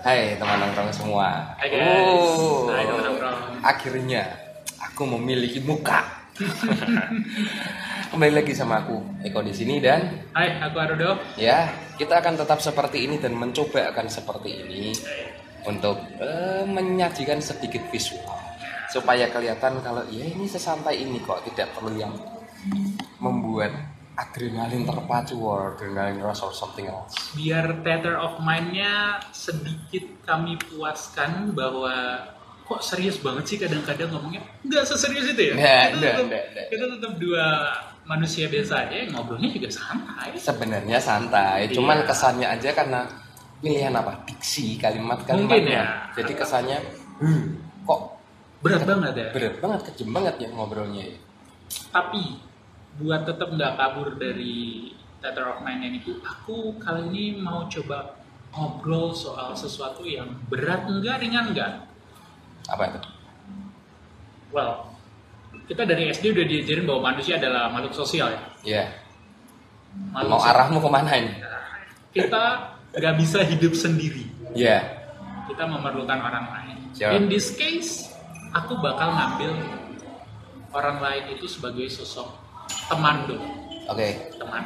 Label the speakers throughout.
Speaker 1: Hai teman nongkrong semua.
Speaker 2: Hai, guys.
Speaker 1: Oh.
Speaker 2: Hai, teman nongkrong.
Speaker 1: Akhirnya aku memiliki muka. Kembali lagi sama aku Eko di sini dan
Speaker 2: Hai, aku Arudo.
Speaker 1: ya kita akan tetap seperti ini dan mencoba akan seperti ini untuk eh, menyajikan sedikit visual supaya kelihatan kalau ya ini sesantai ini kok tidak perlu yang membuat adrenalin terpacu or adrenalin rush or something else.
Speaker 2: Biar theater of mind-nya sedikit kami puaskan bahwa kok serius banget sih kadang-kadang ngomongnya nggak seserius itu ya?
Speaker 1: Nggak,
Speaker 2: Kita
Speaker 1: nggak,
Speaker 2: tetap-
Speaker 1: nggak, nggak.
Speaker 2: Kita tetap dua manusia biasa aja yang ngobrolnya juga ya. santai.
Speaker 1: sebenarnya santai
Speaker 2: Iya.
Speaker 1: cuman kesannya aja karena pilihan apa diksi kalimat kalimatnya
Speaker 2: Mungkin ya.
Speaker 1: jadi kesannya "Hmm, kok
Speaker 2: Berat banget ya.
Speaker 1: berat banget kejem banget ya ngobrolnya ya."
Speaker 2: Tapi buat tetap nggak kabur dari theater of mind-nya itu, aku kali ini mau coba ngobrol soal sesuatu yang berat enggak ringan enggak.
Speaker 1: apa itu
Speaker 2: Well, kita dari SD udah diajarin bahwa manusia adalah makhluk sosial ya.
Speaker 1: ya
Speaker 2: Makhluk
Speaker 1: mau
Speaker 2: sosial.
Speaker 1: arahmu kemana ini
Speaker 2: Kita nggak bisa hidup sendiri.
Speaker 1: ya
Speaker 2: Kita memerlukan orang lain.
Speaker 1: Siap.
Speaker 2: In this case, aku bakal ngambil orang lain itu sebagai sosok teman dong,
Speaker 1: oke
Speaker 2: teman.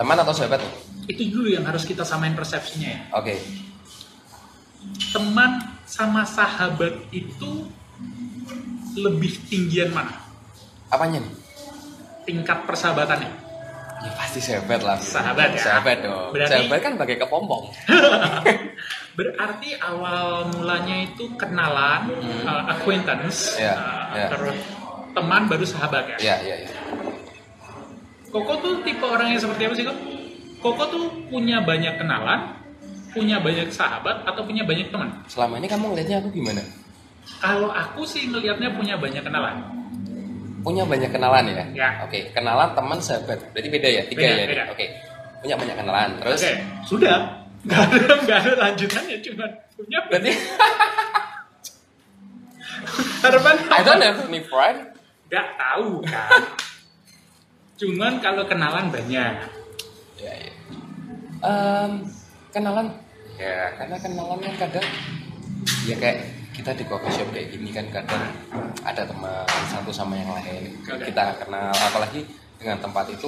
Speaker 1: teman atau sahabat nih
Speaker 2: Itu dulu yang harus kita samain persepsinya ya.
Speaker 1: oke
Speaker 2: Teman sama sahabat itu lebih tinggian mana?
Speaker 1: apanya nih
Speaker 2: Tingkat persahabatannya.
Speaker 1: ya pasti sahabat lah
Speaker 2: Sahabat ya.
Speaker 1: sahabat dong
Speaker 2: Berarti-
Speaker 1: sahabat kan bagai kepompong
Speaker 2: Berarti awal mulanya itu kenalan,
Speaker 1: Hmm.
Speaker 2: uh, acquaintance,
Speaker 1: Iya,
Speaker 2: uh,
Speaker 1: iya.
Speaker 2: terus teman baru sahabat ya.
Speaker 1: ya ya ya
Speaker 2: Koko tuh tipe orang yang seperti apa sih kok? Koko tuh punya banyak kenalan, punya banyak sahabat, atau punya banyak teman.
Speaker 1: selama ini kamu ngeliatnya aku gimana
Speaker 2: Kalau aku sih ngelihatnya punya banyak kenalan.
Speaker 1: punya banyak kenalan ya?
Speaker 2: Ya.
Speaker 1: Oke, kenalan teman sahabat. Berarti beda ya? Tiga
Speaker 2: Beda,
Speaker 1: ya?
Speaker 2: beda.
Speaker 1: Oke. Punya banyak kenalan. Terus
Speaker 2: Oke, sudah. Gak ada, gak ada lanjutannya, cuma punya
Speaker 1: berarti
Speaker 2: harapan.
Speaker 1: I don't have any friend.
Speaker 2: Gak tahu kan. Cuman kalau kenalan banyak.
Speaker 1: Ya, ya. Em, kenalan ya karena kenalan kan kadang ya kayak kita di coffee shop kayak gini kan kadang ada teman satu sama yang lain
Speaker 2: Oke.
Speaker 1: kita kenal apalagi dengan tempat itu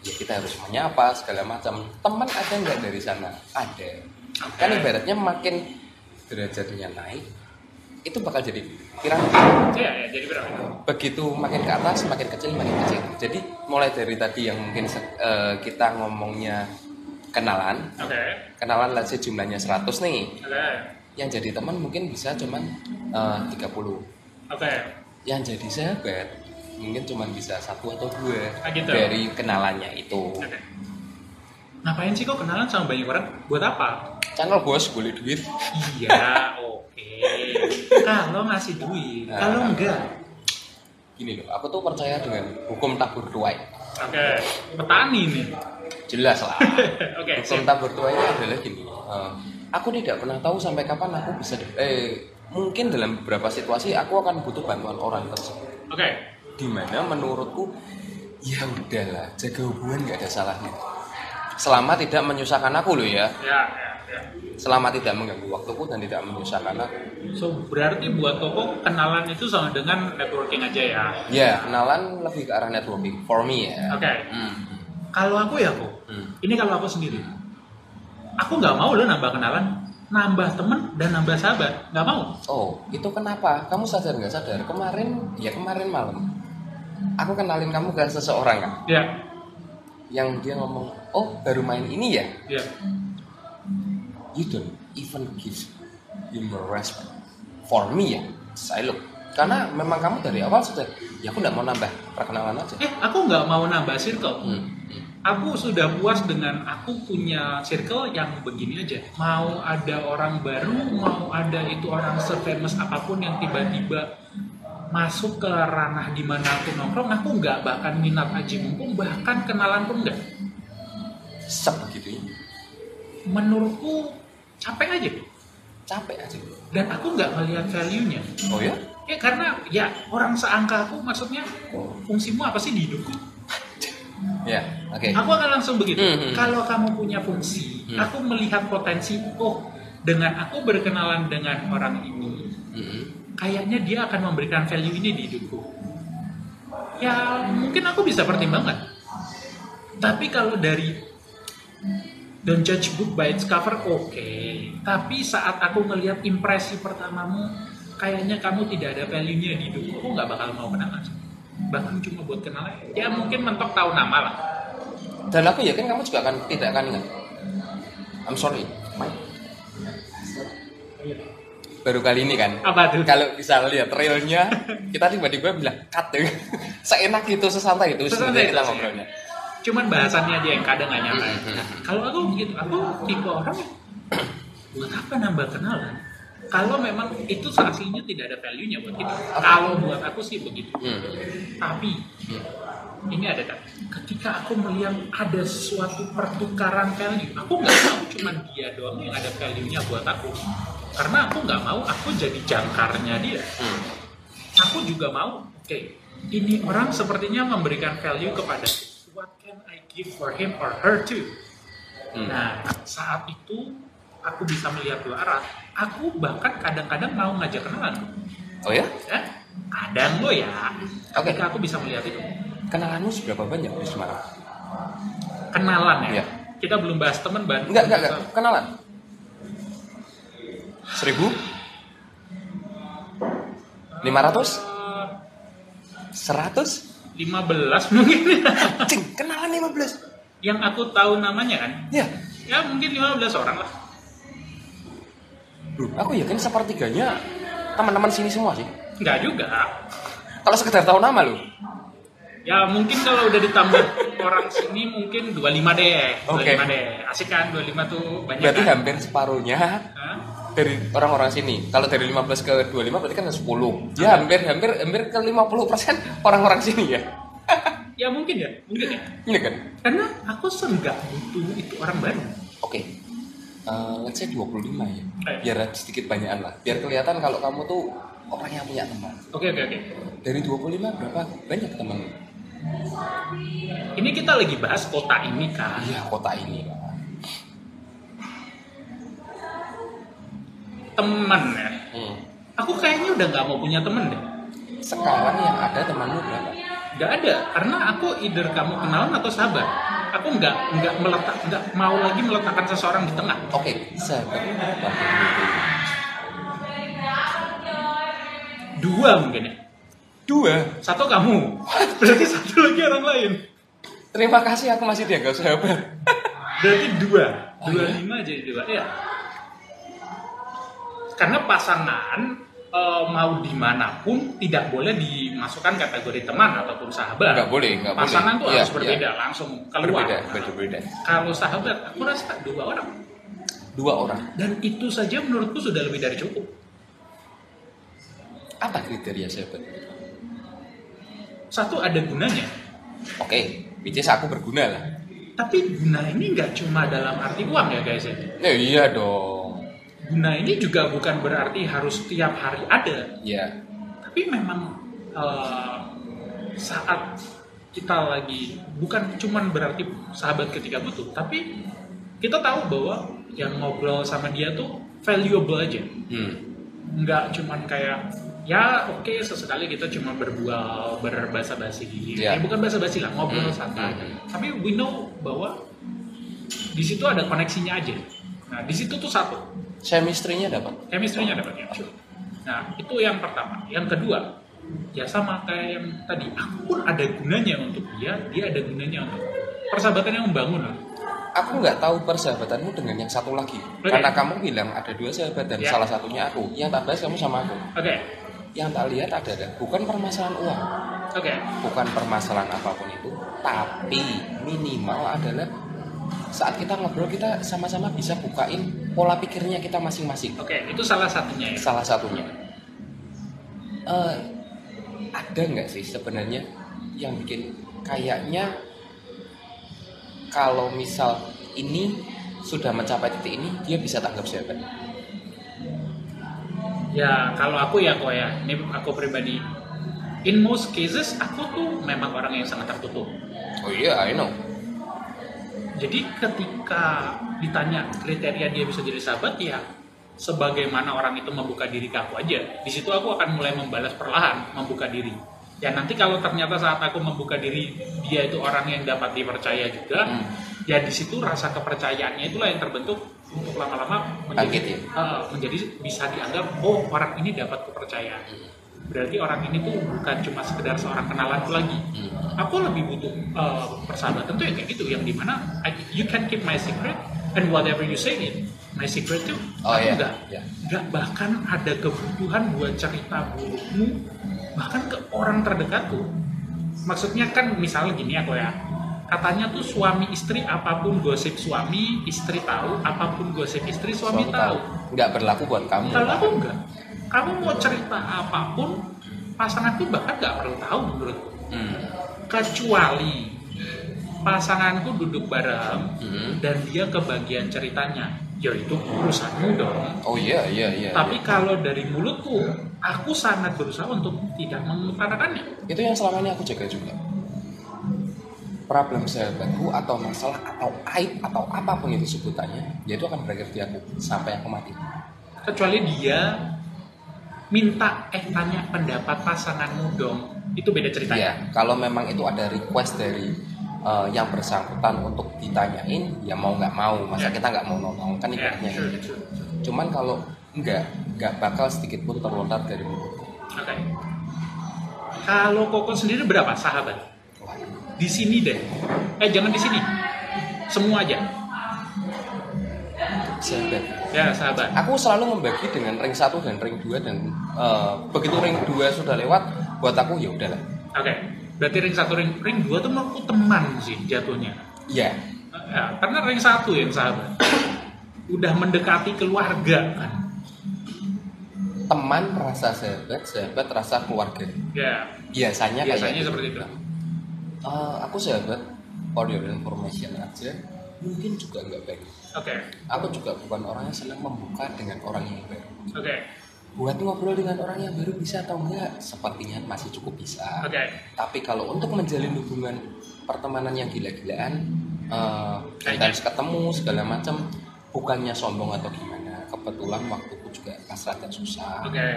Speaker 1: ya kita harus menyapa segala macam teman ada nggak dari sana ada
Speaker 2: Oke.
Speaker 1: kan ibaratnya makin derajatnya naik itu bakal jadi piramid
Speaker 2: Iya, ya, jadi berapa?
Speaker 1: begitu makin ke atas makin kecil makin kecil jadi mulai dari tadi yang mungkin se- eh, kita ngomongnya kenalan
Speaker 2: Oke,
Speaker 1: kenalan lah jumlahnya 100 nih
Speaker 2: oke,
Speaker 1: yang jadi teman mungkin bisa cuman eh, 30
Speaker 2: oke.
Speaker 1: yang jadi sahabat mungkin cuman bisa satu atau dua
Speaker 2: Ah, gitu.
Speaker 1: dari kenalannya itu
Speaker 2: Oke. Ngapain sih kok kenalan sama banyak orang? Buat apa?
Speaker 1: channel bos boleh duit
Speaker 2: Iya, oke. Kalau ngasih duit,
Speaker 1: Nah.
Speaker 2: kalau enggak,
Speaker 1: gini loh aku tuh percaya dengan hukum tabur tuai
Speaker 2: oke. Petani nih.
Speaker 1: jelas lah
Speaker 2: oke,
Speaker 1: hukum
Speaker 2: sip.
Speaker 1: tabur tuai adalah gini eh, aku tidak pernah tahu sampai kapan aku bisa eh mungkin dalam beberapa situasi aku akan butuh bantuan orang tersebut
Speaker 2: Oke,
Speaker 1: dimana menurutku ya udahlah jaga hubungan nggak ada salahnya selama tidak menyusahkan aku loh ya
Speaker 2: ya, ya, ya.
Speaker 1: selama tidak mengganggu waktuku dan tidak menyusahkan aku
Speaker 2: So berarti buat toko kenalan itu sama dengan networking aja ya.
Speaker 1: ya kenalan lebih ke arah networking for me ya
Speaker 2: Oke.
Speaker 1: Hmm,
Speaker 2: Kalau aku ya aku,
Speaker 1: hmm.
Speaker 2: ini kalau aku sendiri, aku nggak mau lo nambah kenalan, nambah temen dan nambah sahabat, nggak mau.
Speaker 1: Oh, itu kenapa? Kamu sadar nggak sadar? Kemarin, ya kemarin malam, aku kenalin kamu ke seseorang kan,
Speaker 2: Ya,
Speaker 1: yang dia ngomong, oh baru main ini ya?
Speaker 2: ya.
Speaker 1: You don't even give him a respect for me ya? Saya look, karena memang kamu dari awal sudah, ya aku nggak mau nambah perkenalan aja.
Speaker 2: Eh, aku nggak mau nambah circle.
Speaker 1: Hmm, hmm.
Speaker 2: Aku sudah puas dengan aku punya circle yang begini aja. Mau ada orang baru, mau ada itu orang se-famous apapun yang tiba-tiba masuk ke ranah di mana aku nongkrong, aku nggak bahkan minat aja mumpung, bahkan kenalan pun nggak.
Speaker 1: Sebegitunya,
Speaker 2: Menurutku capek aja.
Speaker 1: capek aja.
Speaker 2: Dan aku nggak melihat value-nya.
Speaker 1: Oh ya?
Speaker 2: Ya karena ya orang seangka aku maksudnya fungsimu apa sih di hidupku?
Speaker 1: "Oh, Ya, oke.
Speaker 2: Aku akan langsung begitu.
Speaker 1: Hmm, hmm.
Speaker 2: Kalau kamu punya fungsi,
Speaker 1: Hmm.
Speaker 2: aku melihat potensi. Oh, dengan aku berkenalan dengan orang ini
Speaker 1: Mm-mm.
Speaker 2: kayaknya dia akan memberikan value ini di hidupku. Ya mungkin aku bisa pertimbangkan. Tapi kalau dari don't judge book by its cover, oke. Tapi saat aku ngelihat impresi pertamamu, kayaknya kamu tidak ada value-nya di hidupku, aku nggak bakal mau kenalan. Bahkan cuma buat kenalan, ya mungkin mentok tahu nama lah.
Speaker 1: Dan aku yakin kamu juga akan tidak akan ingat. I'm sorry, Mike. Baru kali ini kan.
Speaker 2: Apa tuh?
Speaker 1: Kalau bisa lihat realnya, kita tiba-tiba bilang cut tuh. Seenak itu, sesantai itu
Speaker 2: Sesantai
Speaker 1: sebenarnya
Speaker 2: itu
Speaker 1: kita
Speaker 2: sih.
Speaker 1: ngobrolnya.
Speaker 2: Cuman bahasannya aja yang kadang nggak nyaman.
Speaker 1: Mm-mm.
Speaker 2: Nah, kalau aku gitu, aku tipe orang yang, buat apa nambah kenalan? Kalau memang itu aslinya tidak ada value-nya buat kita. Kalau buat aku sih begitu.
Speaker 1: Hmm.
Speaker 2: Tapi
Speaker 1: Hmm.
Speaker 2: ini ada kan, ketika aku melihat ada suatu pertukaran value, aku nggak mau cuman dia doang yang ada value-nya buat aku. Karena aku nggak mau aku jadi jangkarnya dia
Speaker 1: Hmm.
Speaker 2: aku juga mau oke ini orang sepertinya memberikan value kepada what can I give for him or her too
Speaker 1: Hmm.
Speaker 2: nah saat itu aku bisa melihat dua arah aku bahkan kadang-kadang mau ngajak kenalan
Speaker 1: Oh ya?
Speaker 2: ya kadang lo ya
Speaker 1: Oke.
Speaker 2: ketika aku bisa melihat itu
Speaker 1: Kenalanmu seberapa banyak di Semarang?
Speaker 2: kenalan ya
Speaker 1: Iya.
Speaker 2: kita belum bahas teman ban
Speaker 1: Enggak, enggak, enggak. Kenalan. Seribu? Lima ratus?
Speaker 2: Eh,
Speaker 1: Seratus?
Speaker 2: 15 mungkin
Speaker 1: Cing, kenalan lima belas.
Speaker 2: yang aku tahu namanya kan
Speaker 1: Ya,
Speaker 2: ya mungkin 15 orang lah
Speaker 1: Duh, aku yakin sepertiganya teman-teman sini semua sih.
Speaker 2: nggak juga
Speaker 1: Kalau sekedar tahu nama lu.
Speaker 2: Ya mungkin kalau udah ditambah orang sini mungkin 25 deh. 25
Speaker 1: Oke.
Speaker 2: deh. Asik kan 25 tuh banyak
Speaker 1: Berarti
Speaker 2: kan?
Speaker 1: hampir separuhnya
Speaker 2: Hah?
Speaker 1: dari orang-orang sini. Kalau dari 15 ke 25 berarti kan 10. Ya hampir hampir hampir ke 50% orang-orang sini ya.
Speaker 2: Ya mungkin ya, mungkin ya.
Speaker 1: Ini kan.
Speaker 2: Karena aku seenggak butuh itu orang baru.
Speaker 1: Oke. Eh, let's say 25 ya. Biar sedikit banyakan lah. Biar kelihatan kalau kamu tuh orang yang punya teman.
Speaker 2: Oke oke oke.
Speaker 1: Dari 25 berapa banyak teman?
Speaker 2: Ini kita lagi bahas kota ini kan.
Speaker 1: Iya, kota ini.
Speaker 2: Temen ya.
Speaker 1: Hmm.
Speaker 2: Aku kayaknya udah nggak mau punya temen deh.
Speaker 1: Sekarang yang ada temanmu berapa?
Speaker 2: Nggak ada. Karena aku either kamu kenalan atau sahabat. Aku nggak nggak meletak nggak mau lagi meletakkan seseorang di tengah.
Speaker 1: Oke, sahabat.
Speaker 2: Dua mungkin ya.
Speaker 1: Dua.
Speaker 2: Satu kamu. Berarti satu lagi orang lain.
Speaker 1: Terima kasih aku masih dianggap sahabat.
Speaker 2: Berarti dua,
Speaker 1: Oh,
Speaker 2: dua
Speaker 1: iya?
Speaker 2: lima jadi dua ya. Karena pasangan eh, mau dimanapun tidak boleh dimasukkan kategori teman ataupun sahabat.
Speaker 1: Nggak boleh, nggak boleh.
Speaker 2: pasangan tuh
Speaker 1: Iya,
Speaker 2: harus berbeda langsung keluar. Nah,
Speaker 1: Berbeda, berbeda.
Speaker 2: Kalau sahabat, aku rasa dua orang
Speaker 1: Dua orang.
Speaker 2: dan itu saja menurutku sudah lebih dari cukup.
Speaker 1: Apa kriteria sahabat?
Speaker 2: Satu ada gunanya,
Speaker 1: Oke, which is aku berguna lah.
Speaker 2: tapi guna ini nggak cuma dalam arti uang ya guys ya.
Speaker 1: Ya iya dong.
Speaker 2: Guna ini juga bukan berarti harus tiap hari ada.
Speaker 1: Ya,
Speaker 2: tapi memang eh, saat kita lagi bukan cuman berarti sahabat ketika butuh tapi kita tahu bahwa yang ngobrol sama dia tuh valuable aja
Speaker 1: hmm.
Speaker 2: nggak cuman kayak ya oke sesekali kita cuma berbual berbahasa basi
Speaker 1: Iya.
Speaker 2: ya bukan bahasa basi lah ngobrol
Speaker 1: Hmm,
Speaker 2: santai
Speaker 1: hmm.
Speaker 2: tapi we know bahwa di situ ada koneksinya aja nah di situ tuh satu
Speaker 1: Chemistry-nya dapat.
Speaker 2: chemistry-nya dapat ya. Sure. Nah, itu yang pertama. Yang kedua, ya sama kayak yang tadi, aku pun ada gunanya untuk dia, dia ada gunanya untuk aku. persahabatan yang membangun lah.
Speaker 1: Aku nggak tahu persahabatanmu dengan yang satu lagi.
Speaker 2: Oke.
Speaker 1: Karena kamu bilang ada dua sahabat dan
Speaker 2: Ya.
Speaker 1: salah satunya aku. Yang tak bahas kamu sama aku.
Speaker 2: Oke,
Speaker 1: Yang tak lihat adalah bukan permasalahan uang,
Speaker 2: oke.
Speaker 1: bukan permasalahan apapun itu, tapi minimal adalah saat kita ngobrol kita sama-sama bisa bukain pola pikirnya kita masing-masing.
Speaker 2: Oke, itu salah satunya ya.
Speaker 1: salah satunya Eh, ada nggak sih sebenarnya yang bikin kayaknya kalau misal ini sudah mencapai titik ini dia bisa tanggap sahabat
Speaker 2: Ya, kalau aku ya kok ya, ini aku pribadi. In most cases, aku tuh memang orang yang sangat tertutup.
Speaker 1: oh iya I know
Speaker 2: Jadi ketika ditanya kriteria dia bisa jadi sahabat, ya sebagaimana orang itu membuka diri ke aku aja di situ aku akan mulai membalas perlahan membuka diri ya nanti kalau ternyata saat aku membuka diri dia itu orang yang dapat dipercaya juga
Speaker 1: Hmm.
Speaker 2: ya di situ rasa kepercayaannya itulah yang terbentuk untuk lama-lama
Speaker 1: Bangkit
Speaker 2: menjadi
Speaker 1: ya?
Speaker 2: eh, menjadi bisa dianggap oh orang ini dapat kepercayaan berarti orang ini tuh bukan cuma sekedar seorang kenalanku lagi
Speaker 1: Hmm.
Speaker 2: aku lebih butuh uh, persahabatan tuh yang kayak gitu yang dimana I, you can keep my secret and whatever you say it my secret tuh
Speaker 1: Oh
Speaker 2: aku
Speaker 1: iya.
Speaker 2: nggak
Speaker 1: Iya.
Speaker 2: nggak bahkan ada kebutuhan buat cerita burukmu bahkan ke orang terdekatku maksudnya kan misalnya gini ya kok ya katanya tuh suami istri apapun gosip suami istri tahu apapun gosip istri suami, tahu
Speaker 1: nggak berlaku buat kamu
Speaker 2: kalau aku enggak kamu mau cerita apapun pasanganku bahkan nggak perlu tahu menurutku
Speaker 1: Hmm.
Speaker 2: kecuali pasanganku duduk bareng
Speaker 1: Hmm.
Speaker 2: dan dia kebagian ceritanya yaitu urusanmu dong
Speaker 1: oh iya iya iya
Speaker 2: tapi kalau dari mulutku aku sangat berusaha untuk tidak mengutarakannya
Speaker 1: iya. itu yang selama ini aku jaga juga problem sahabatku atau masalah atau aib atau apapun itu sebutannya ya itu akan berakhir di aku sampai aku mati
Speaker 2: kecuali dia minta eh tanya pendapat pasanganmu dong itu beda ceritanya
Speaker 1: Iya, kalau memang itu ada request dari eh, yang bersangkutan untuk ditanyain, ya mau nggak mau, masa
Speaker 2: Iya.
Speaker 1: kita nggak mau nonton kan
Speaker 2: Ya,
Speaker 1: ibaratnya
Speaker 2: sure,
Speaker 1: gitu.
Speaker 2: sure, sure.
Speaker 1: Cuman kalau nggak, nggak bakal sedikit pun terlontar dari mulutku.
Speaker 2: Oke. kalau koko sendiri berapa sahabat
Speaker 1: Wah,
Speaker 2: di sini deh eh jangan di sini semua aja
Speaker 1: sahabat.
Speaker 2: ya sahabat
Speaker 1: Aku selalu membagi dengan ring 1 dan ring 2 dan eh, begitu ring 2 sudah lewat, buat aku ya udahlah.
Speaker 2: Oke, berarti ring satu ring ring dua tuh menurutku teman sih jatuhnya.
Speaker 1: Iya,
Speaker 2: Ya, karena ring satu yang sahabat udah mendekati keluarga kan.
Speaker 1: teman rasa sahabat, sahabat rasa keluarga.
Speaker 2: Ya,
Speaker 1: Biasanya, kayak
Speaker 2: biasanya
Speaker 1: gitu.
Speaker 2: seperti itu.
Speaker 1: Eh, aku sahabat, for your information aja, mungkin juga nggak baik.
Speaker 2: Oke,
Speaker 1: aku juga bukan orang yang senang membuka dengan orang yang baru
Speaker 2: oke,
Speaker 1: buat ngobrol dengan orang yang baru bisa atau enggak sepertinya masih cukup bisa
Speaker 2: oke.
Speaker 1: tapi kalau untuk menjalin hubungan pertemanan yang gila-gilaan eh,
Speaker 2: Kayaknya.
Speaker 1: intens ketemu segala macam bukannya sombong atau gimana kebetulan waktuku juga kasrat dan susah
Speaker 2: Oke,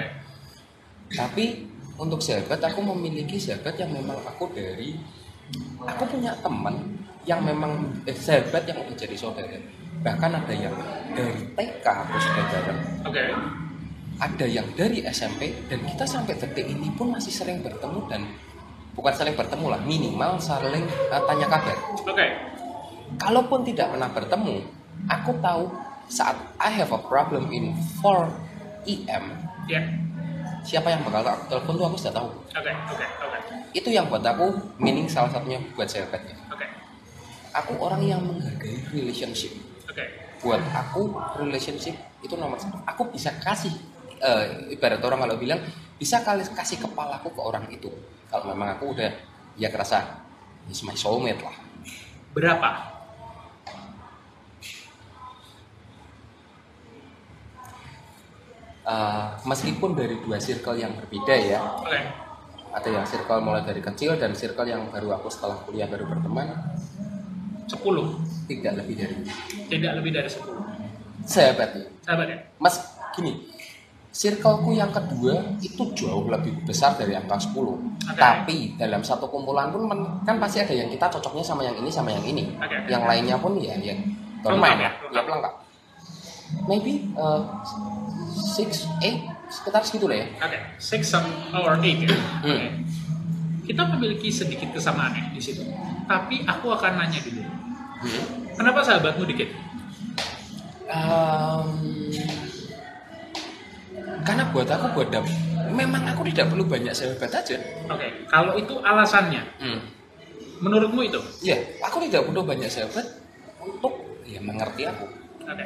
Speaker 1: tapi untuk sahabat aku memiliki sahabat yang memang aku dari aku punya teman yang memang eh, sahabat yang udah jadi saudara bahkan ada yang dari TK aku sudah bareng
Speaker 2: oke,
Speaker 1: ada yang dari SMP dan kita sampai detik ini pun masih sering bertemu dan bukan saling bertemu lah minimal saling eh, tanya kabar
Speaker 2: oke.
Speaker 1: kalaupun tidak pernah bertemu, aku tahu saat I have a problem in 4 EM
Speaker 2: Ya,
Speaker 1: siapa yang bakal aku telepon tuh aku sudah tahu
Speaker 2: oke, oke, oke,
Speaker 1: itu yang buat aku meaning salah satunya buat sahabatnya
Speaker 2: oke,
Speaker 1: aku orang yang menghargai relationship
Speaker 2: oke.
Speaker 1: buat aku relationship itu nomor satu aku bisa kasih eh, ibarat orang kalau bilang bisa kali kasih kepalaku ke orang itu kalau memang aku udah ya kerasa it's my soulmate lah
Speaker 2: Berapa?
Speaker 1: Eh, meskipun dari dua circle yang berbeda ya
Speaker 2: Oke,
Speaker 1: ada yang circle mulai dari kecil dan circle yang baru aku setelah kuliah baru berteman
Speaker 2: sepuluh.
Speaker 1: tidak lebih dari itu.
Speaker 2: Tidak lebih dari sepuluh.
Speaker 1: sahabatnya
Speaker 2: Sahabat ya.
Speaker 1: Mas, gini, circleku yang kedua itu jauh lebih besar dari angka 10.
Speaker 2: Oke.
Speaker 1: Tapi dalam satu kumpulan pun men- kan pasti ada yang kita cocoknya sama yang ini sama yang ini.
Speaker 2: Oke.
Speaker 1: Yang lainnya pun ya ya
Speaker 2: Lengkap
Speaker 1: main
Speaker 2: ya,
Speaker 1: ya,
Speaker 2: lengkap.
Speaker 1: lengkap lengkap. Maybe uh, six, eight, sekitar segitu lah ya.
Speaker 2: Oke, six some- or eight ya.
Speaker 1: Hmm.
Speaker 2: Oke. Kita memiliki sedikit kesamaan ya di situ. Tapi aku akan nanya dulu. Hmm. Kenapa sahabatmu dikit?
Speaker 1: Um, karena buat aku buat dap- memang aku tidak perlu banyak sahabat aja.
Speaker 2: Oke, kalau itu alasannya, menurutmu itu?
Speaker 1: Ya, aku tidak butuh banyak sahabat untuk ya mengerti aku.
Speaker 2: Oke.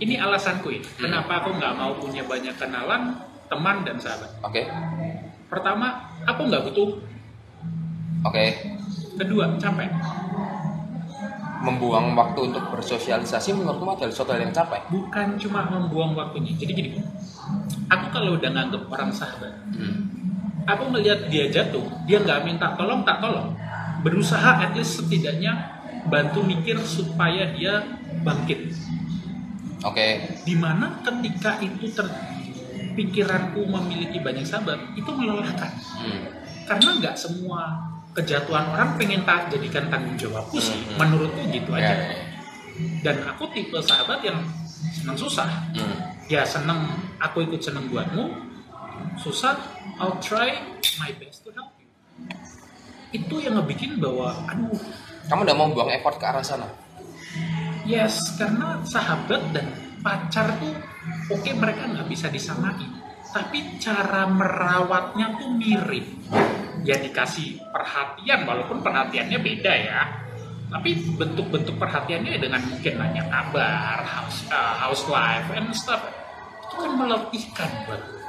Speaker 2: Ini alasanku ya. Kenapa aku nggak mau punya banyak kenalan, teman dan sahabat?
Speaker 1: Oke,
Speaker 2: Pertama, aku nggak butuh.
Speaker 1: oke.
Speaker 2: Kedua, capek.
Speaker 1: Membuang waktu untuk bersosialisasi menurutmu adalah suatu hal yang capek.
Speaker 2: Bukan cuma membuang waktunya. Jadi gini, aku kalau udah nganggep orang sahabat, aku melihat dia jatuh, dia nggak minta tolong, tak tolong. Berusaha at least setidaknya bantu mikir supaya dia bangkit.
Speaker 1: Oke.
Speaker 2: Dimana ketika itu ter pikiranku memiliki banyak sahabat itu melelahkan
Speaker 1: Hmm.
Speaker 2: karena nggak semua kejatuhan orang pengen tak jadikan tanggung jawabku sih
Speaker 1: Mhm.
Speaker 2: menurutku gitu
Speaker 1: Ya, ya,
Speaker 2: aja
Speaker 1: ya.
Speaker 2: dan aku tipe sahabat yang senang susah
Speaker 1: Hmm.
Speaker 2: ya seneng aku ikut seneng buatmu susah I'll try my best to help you itu yang ngebikin bahwa aduh
Speaker 1: Kamu udah mau buang effort ke arah sana?
Speaker 2: yes karena sahabat dan pacar tuh oke mereka nggak bisa disamain tapi cara merawatnya tuh mirip ya dikasih perhatian walaupun perhatiannya beda ya tapi bentuk-bentuk perhatiannya dengan mungkin nanya kabar house uh, house life and stuff itu kan melatihkan buat gue.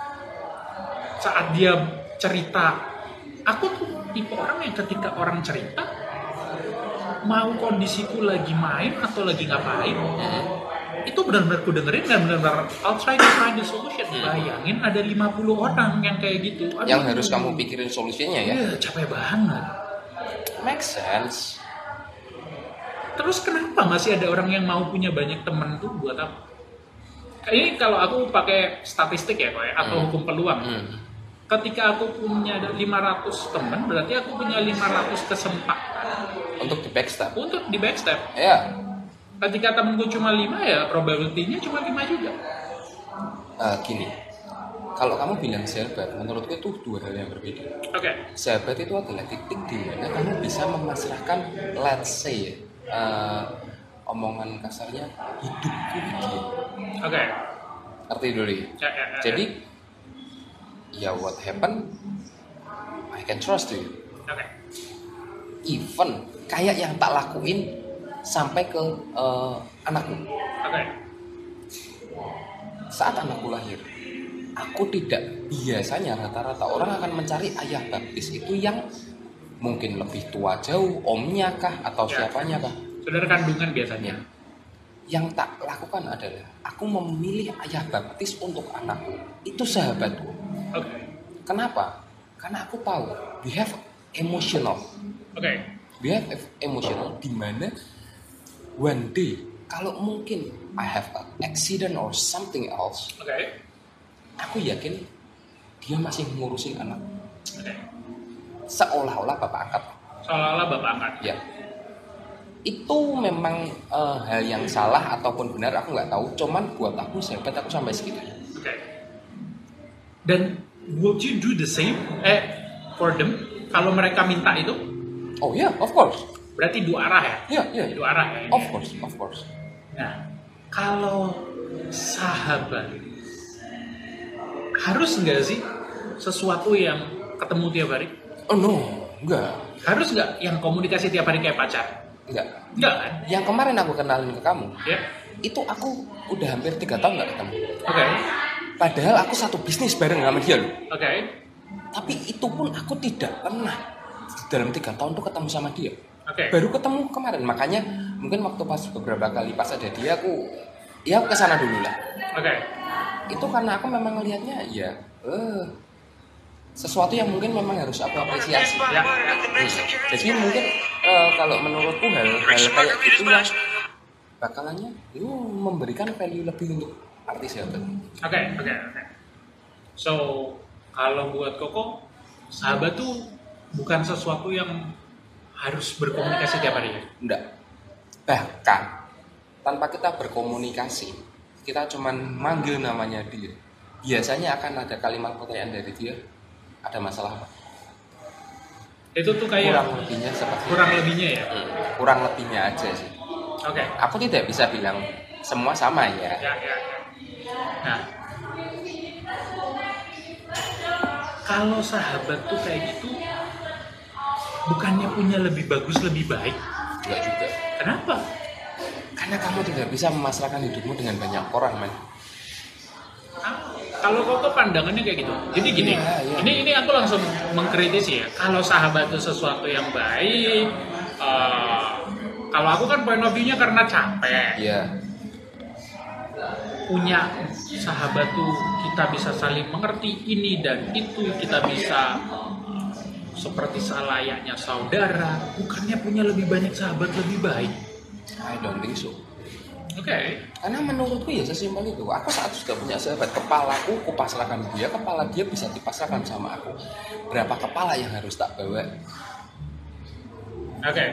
Speaker 2: saat dia cerita aku tuh tipe orang yang ketika orang cerita mau kondisiku lagi main atau lagi ngapain itu benar-benar ku dengerin dan benar-benar I'll try to find the solution bayangin ada 50 orang yang kayak gitu Aduh.
Speaker 1: Hmm. Yang harus kamu pikirin solusinya ya.
Speaker 2: Iya, capek banget.
Speaker 1: Make sense.
Speaker 2: Terus kenapa masih ada orang yang mau punya banyak temen tuh buat apa? Kayaknya kalau aku pakai statistik ya kok ya, atau
Speaker 1: Hmm.
Speaker 2: hukum peluang.
Speaker 1: Hmm.
Speaker 2: Ketika aku punya 500 temen, berarti aku punya 500 kesempatan
Speaker 1: Untuk di backstab.
Speaker 2: untuk di backstep.
Speaker 1: Ya.
Speaker 2: Ketika temenku cuma 5 ya probability-nya cuma 5 juga.
Speaker 1: eh, gini. Kalau kamu bilang sahabat, menurutku itu dua hal yang berbeda.
Speaker 2: Oke.
Speaker 1: sahabat itu adalah titik di mana kamu bisa memasrahkan let's say ya, eh, omongan kasarnya hidupku dia
Speaker 2: Oke.
Speaker 1: ngerti dulu ya
Speaker 2: Ya, ya, ya.
Speaker 1: jadi ya what happen I can trust you
Speaker 2: Oke.
Speaker 1: even kayak yang tak lakuin sampai ke eh, anakku
Speaker 2: Oke.
Speaker 1: saat anakku lahir aku tidak biasanya rata-rata orang akan mencari ayah baptis itu yang mungkin lebih tua jauh omnya kah atau
Speaker 2: Ya.
Speaker 1: siapanya kah Ya.
Speaker 2: Saudara kandungan biasanya.
Speaker 1: yang tak lakukan adalah aku memilih ayah baptis untuk anakku itu sahabatku
Speaker 2: Oke.
Speaker 1: kenapa karena aku tahu we have emotional
Speaker 2: Oke.
Speaker 1: we have emotional di mana one day kalau mungkin I have an accident or something else
Speaker 2: Oke.
Speaker 1: aku yakin dia masih ngurusin anak
Speaker 2: Oke.
Speaker 1: seolah-olah bapak angkat
Speaker 2: Seolah-olah bapak angkat.
Speaker 1: ya itu memang eh, hal yang salah ataupun benar aku nggak tahu cuman buat aku sahabat aku sampai segitu
Speaker 2: Okay. Dan would you do the same eh for them kalau mereka minta itu?
Speaker 1: oh ya of course
Speaker 2: Berarti dua arah
Speaker 1: Ya,
Speaker 2: ya?
Speaker 1: ya,
Speaker 2: Dua arah ya.
Speaker 1: of course, of course.
Speaker 2: Nah, kalau sahabat harus nggak sih sesuatu yang ketemu tiap hari?
Speaker 1: Oh no, enggak,
Speaker 2: Harus nggak yang komunikasi tiap hari kayak pacar?
Speaker 1: enggak.
Speaker 2: Nggak kan?
Speaker 1: Yang kemarin aku kenalin ke kamu,
Speaker 2: Ya.
Speaker 1: itu aku udah hampir tiga tahun nggak ketemu.
Speaker 2: Oke.
Speaker 1: Padahal aku satu bisnis bareng sama dia loh.
Speaker 2: Oke.
Speaker 1: Tapi itu pun aku tidak pernah dalam tiga tahun tuh ketemu sama dia.
Speaker 2: Oke.
Speaker 1: Baru ketemu kemarin, makanya mungkin waktu pas beberapa kali pas ada dia aku, ya aku kesana dulu lah.
Speaker 2: Oke.
Speaker 1: Itu karena aku memang ngelihatnya ya, eh, sesuatu yang mungkin memang harus aku apresiasi.
Speaker 2: Ya.
Speaker 1: Jadi mungkin eh, kalau menurutku hal-hal kayak gitu yang bakalannya itu memberikan value lebih untuk artis ya tuh.
Speaker 2: Oke, oke, oke. So, kalau buat Koko, sahabat tuh bukan sesuatu yang harus berkomunikasi tiap hari ya?
Speaker 1: Enggak. Bahkan tanpa kita berkomunikasi, kita cuman manggil namanya dia. Biasanya akan ada kalimat pertanyaan dari dia. Ada masalah apa?
Speaker 2: Itu tuh kayak
Speaker 1: Kurang lebihnya seperti
Speaker 2: kurang lebihnya ya?
Speaker 1: Hmm, kurang lebihnya aja sih.
Speaker 2: Oke,
Speaker 1: Aku tidak bisa bilang semua sama ya.
Speaker 2: ya, ya, ya. Nah, kalau sahabat tuh kayak gitu, bukannya punya lebih bagus, lebih baik.
Speaker 1: Enggak juga.
Speaker 2: Kenapa?
Speaker 1: Karena kamu tidak bisa memasrahkan hidupmu dengan banyak orang, men.
Speaker 2: Ah, kalau kau tuh pandangannya kayak gitu jadi gini
Speaker 1: Iya, iya.
Speaker 2: ini ini aku langsung mengkritisi ya kalau sahabat itu sesuatu yang baik eh, kalau aku kan point of view-nya karena capek
Speaker 1: Iya.
Speaker 2: punya sahabat tuh kita bisa saling mengerti ini dan itu kita bisa eh, seperti selayaknya saudara bukannya punya lebih banyak sahabat lebih baik
Speaker 1: I don't think so. Karena menurutku ya sesimpel itu. Aku saat itu sudah punya sahabat. Kepalaku kupasrakan dia, kepala dia bisa dipasrakan sama aku. Berapa kepala yang harus tak bawa?
Speaker 2: Oke.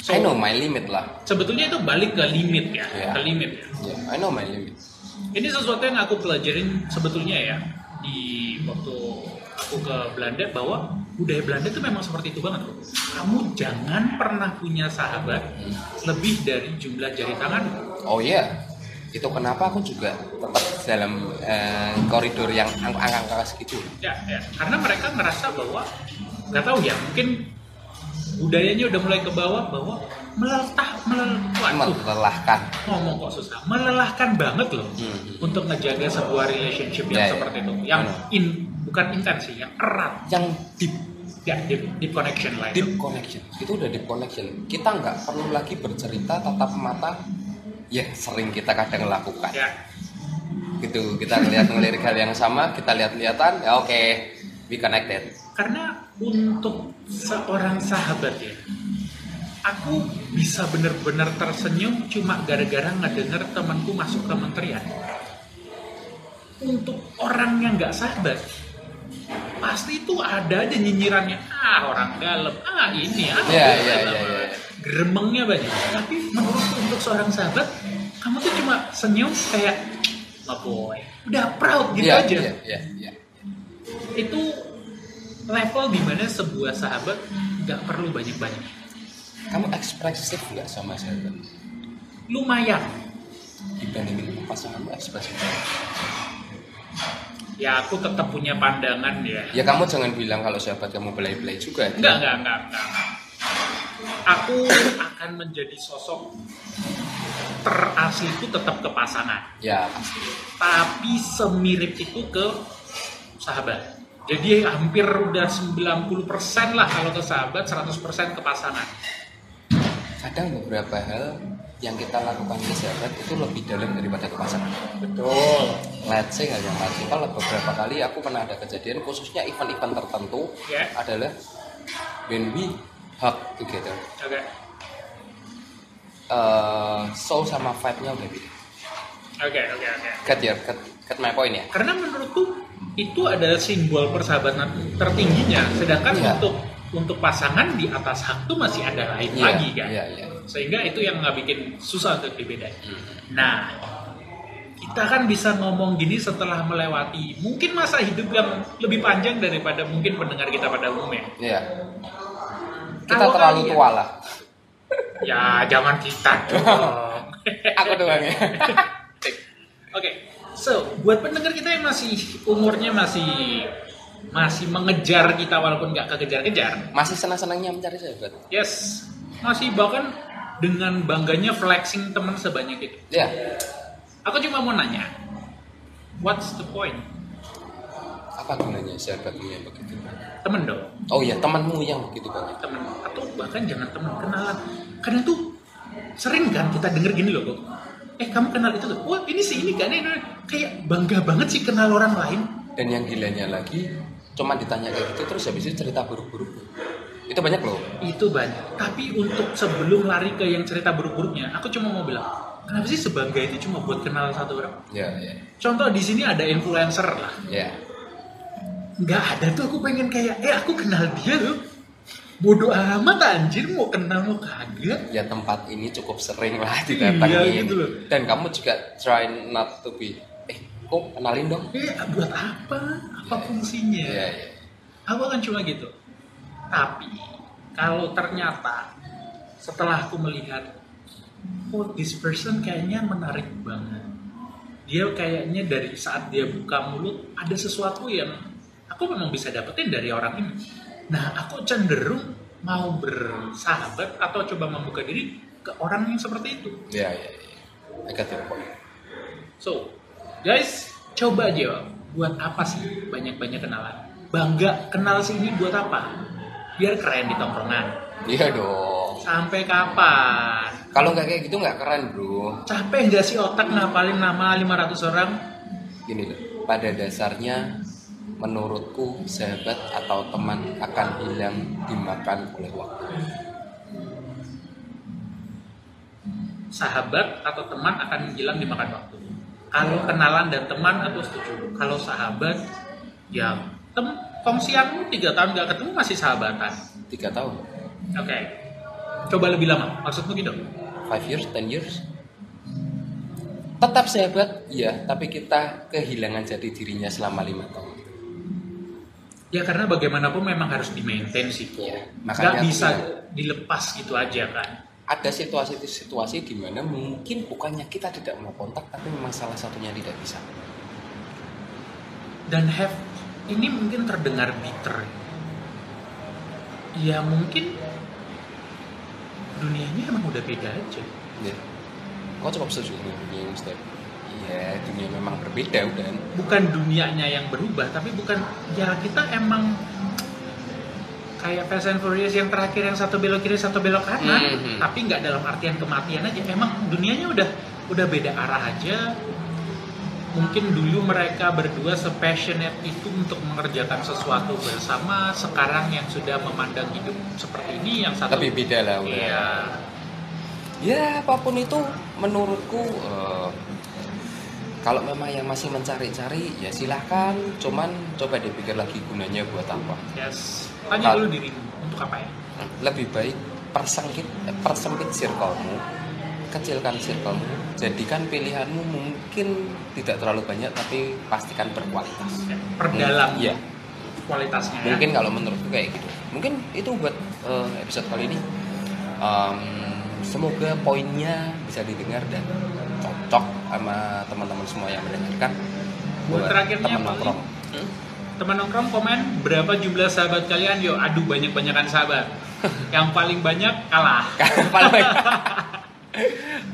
Speaker 2: So,
Speaker 1: I know my limit lah.
Speaker 2: sebetulnya itu balik ke limit ya,
Speaker 1: Iya.
Speaker 2: ke limit ya.
Speaker 1: Ya, I know my limit.
Speaker 2: Ini sesuatu yang aku pelajarin sebetulnya ya di waktu aku ke Belanda bahwa budaya Belanda itu memang seperti itu banget loh. Kamu jangan pernah punya sahabat lebih dari jumlah jari tangan.
Speaker 1: Oh iya, itu kenapa aku juga tetap dalam eh, koridor yang ang- angka-angka segitu.
Speaker 2: Ya, ya. Karena mereka ngerasa bahwa nggak tahu ya mungkin budayanya udah mulai ke bawah bahwa meletak meletak
Speaker 1: Melelahkan.
Speaker 2: ngomong kok susah melelahkan banget loh
Speaker 1: Hmm.
Speaker 2: untuk ngejaga sebuah relationship yang
Speaker 1: Ya, ya.
Speaker 2: seperti itu yang
Speaker 1: Benar.
Speaker 2: in bukan intensi yang erat
Speaker 1: Yang deep,
Speaker 2: ya deep, deep connection lah
Speaker 1: deep
Speaker 2: itu
Speaker 1: connection. Itu udah deep connection. Kita nggak perlu lagi bercerita tatap mata yang sering kita kadang lakukan.
Speaker 2: ya
Speaker 1: gitu kita ngelihat ngelirik hal yang sama kita lihat lihatan ya oke we connected
Speaker 2: karena untuk seorang sahabat ya aku bisa bener-bener tersenyum cuma gara-gara ngedenger temanku masuk kementerian untuk orang yang nggak sahabat pasti itu ada aja nyinyirannya ah orang dalam ah ini ah
Speaker 1: Iya,
Speaker 2: itu,
Speaker 1: iya,
Speaker 2: ah,
Speaker 1: iya, iya.
Speaker 2: geremengnya banyak tapi menurutku untuk seorang sahabat kamu tuh cuma senyum kayak oh boy udah proud gitu
Speaker 1: Iya,
Speaker 2: aja
Speaker 1: iya, iya, iya.
Speaker 2: itu level dimana sebuah sahabat nggak perlu banyak-banyak
Speaker 1: kamu ekspresif nggak sama saya
Speaker 2: lumayan
Speaker 1: dibandingin pasangan ekspresif
Speaker 2: ya aku tetap punya pandangan ya
Speaker 1: ya kamu jangan bilang kalau sahabat kamu belai belai juga ya.
Speaker 2: enggak enggak enggak, enggak. aku akan menjadi sosok terasliku tetap ke pasangan
Speaker 1: ya
Speaker 2: tapi semirip itu ke sahabat jadi hampir udah 90% lah kalau ke sahabat 100% ke pasangan
Speaker 1: kadang beberapa hal yang kita lakukan ke sahabat itu lebih dalam daripada ke pasangan
Speaker 2: betul
Speaker 1: let's say nggak yang pasti kalau beberapa kali aku pernah ada kejadian khususnya event-event tertentu
Speaker 2: Ya.
Speaker 1: adalah when we hug together
Speaker 2: oke
Speaker 1: eh soul sama vibe-nya udah beda
Speaker 2: oke oke oke
Speaker 1: Cut ya, cut, cut my point ya.
Speaker 2: karena menurutku itu adalah simbol persahabatan tertingginya sedangkan
Speaker 1: Iya.
Speaker 2: untuk untuk pasangan di atas hak tuh masih ada lain
Speaker 1: Iya,
Speaker 2: lagi kan
Speaker 1: Iya, iya.
Speaker 2: sehingga itu yang nggak bikin susah untuk dibedain
Speaker 1: Hmm.
Speaker 2: nah kita kan bisa ngomong gini setelah melewati mungkin masa hidup yang lebih panjang daripada mungkin pendengar kita pada umumnya
Speaker 1: Iya. Kita
Speaker 2: Kalau
Speaker 1: terlalu
Speaker 2: kalian-
Speaker 1: tua lah.
Speaker 2: ya jangan kita
Speaker 1: Oh.
Speaker 2: dong
Speaker 1: Aku doang ya.
Speaker 2: Oke, so buat pendengar kita yang masih umurnya masih masih mengejar kita walaupun nggak kekejar-kejar,
Speaker 1: Masih senang-senangnya mencari sahabat.
Speaker 2: yes, masih bahkan dengan bangganya flexing teman sebanyak itu.
Speaker 1: Iya.
Speaker 2: Aku cuma mau nanya, what's the point?
Speaker 1: Apa gunanya sahabatmu yang begitu banyak?
Speaker 2: Temen dong,
Speaker 1: Oh iya, temanmu yang begitu banyak.
Speaker 2: temen atau bahkan jangan temen kenalan, karena tuh sering kan kita denger gini loh kok. Eh kamu kenal itu loh, wah ini sih ini kan ini ini." kayak bangga banget sih kenal orang lain.
Speaker 1: Dan yang gilanya lagi, cuman ditanya kayak gitu terus habis itu cerita buruk-buruk. Itu banyak loh.
Speaker 2: itu banyak tapi untuk sebelum lari ke yang cerita buruk-buruknya aku cuma mau bilang kenapa sih sebangga itu cuma buat kenal satu orang
Speaker 1: Iya, iya.
Speaker 2: contoh di sini ada influencer lah
Speaker 1: Iya.
Speaker 2: nggak ada tuh aku pengen kayak eh aku kenal dia loh bodoh amat anjir mau kenal mau kagak
Speaker 1: Ya tempat ini cukup sering lah
Speaker 2: Iya,
Speaker 1: didatangin.
Speaker 2: gitu loh.
Speaker 1: Dan kamu juga try not to be eh kok kenalin dong.
Speaker 2: eh buat apa apa fungsinya
Speaker 1: Iya, iya.
Speaker 2: aku kan cuma gitu tapi kalau ternyata setelah aku melihat oh this person kayaknya menarik banget dia kayaknya dari saat dia buka mulut ada sesuatu yang aku memang bisa dapetin dari orang ini nah aku cenderung mau bersahabat atau coba membuka diri ke orang yang seperti itu
Speaker 1: Iya, iya, iya. I got your point.
Speaker 2: So, guys, coba aja buat apa sih banyak-banyak kenalan? Bangga kenal sih ini buat apa? Biar keren di tongkrongan.
Speaker 1: Iya dong.
Speaker 2: Sampai kapan?
Speaker 1: Kalau nggak kayak gitu nggak keren bro.
Speaker 2: Capek nggak sih otak ngapalin nama 500 orang?
Speaker 1: Gini loh. Pada dasarnya menurutku sahabat atau teman akan hilang dimakan oleh waktu.
Speaker 2: sahabat atau teman akan hilang dimakan waktu. Kalau kenalan dan teman aku setuju. Kalau sahabat, ya tem kongsi aku tiga tahun gak ketemu masih sahabatan.
Speaker 1: tiga tahun
Speaker 2: Oke, coba lebih lama. Maksudmu gitu?
Speaker 1: five years ten years tetap sahabat ya tapi kita kehilangan jati dirinya selama lima tahun
Speaker 2: Ya karena bagaimanapun memang harus di maintain sih.
Speaker 1: ya
Speaker 2: Gak
Speaker 1: makanya
Speaker 2: bisa
Speaker 1: aku bilang,
Speaker 2: dilepas gitu aja kan.
Speaker 1: ada situasi-situasi di mana mungkin bukannya kita tidak mau kontak tapi memang salah satunya tidak bisa
Speaker 2: dan have ini mungkin terdengar bitter ya mungkin dunianya emang udah beda aja
Speaker 1: ya kok cukup setuju dengan dunia ini Ustaz? ya dunia memang berbeda udah
Speaker 2: bukan dunianya yang berubah tapi bukan ya kita emang kayak Fast and Furious yang terakhir yang satu belok kiri satu belok kanan
Speaker 1: Mhm.
Speaker 2: tapi nggak dalam artian kematian aja emang dunianya udah udah beda arah aja mungkin dulu mereka berdua sepassionate itu untuk mengerjakan sesuatu bersama sekarang yang sudah memandang hidup seperti ini yang satu
Speaker 1: Nah, tapi beda lah udah
Speaker 2: iya
Speaker 1: ya apapun itu menurutku eh, kalau memang yang masih mencari-cari ya silahkan cuman coba dipikir lagi gunanya buat apa
Speaker 2: yes tanya
Speaker 1: Kalau-
Speaker 2: dulu dirimu untuk apa ya
Speaker 1: lebih baik persengkit eh, persempit circlemu kecilkan circlemu jadikan pilihanmu mungkin tidak terlalu banyak tapi pastikan berkualitas
Speaker 2: perdalam
Speaker 1: Hmm, Iya.
Speaker 2: kualitasnya ya.
Speaker 1: mungkin kalau menurutku kayak gitu mungkin itu buat eh, episode kali ini Em, semoga poinnya bisa didengar dan cocok sama teman-teman semua yang mendengarkan
Speaker 2: Buat terakhirnya
Speaker 1: teman
Speaker 2: paling-
Speaker 1: nongkrong Hmm?
Speaker 2: Teman nongkrong komen berapa jumlah sahabat kalian? Yo, aduh banyak-banyakan sahabat. Yang paling banyak kalah.
Speaker 1: Kapal, Kan, Pak.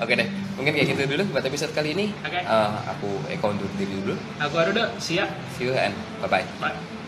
Speaker 1: oke deh mungkin kayak gitu dulu buat episode kali ini
Speaker 2: Oke.
Speaker 1: Eh, aku Eko undur diri dulu
Speaker 2: Aku Arudo, siap.
Speaker 1: see you and bye bye
Speaker 2: Bye.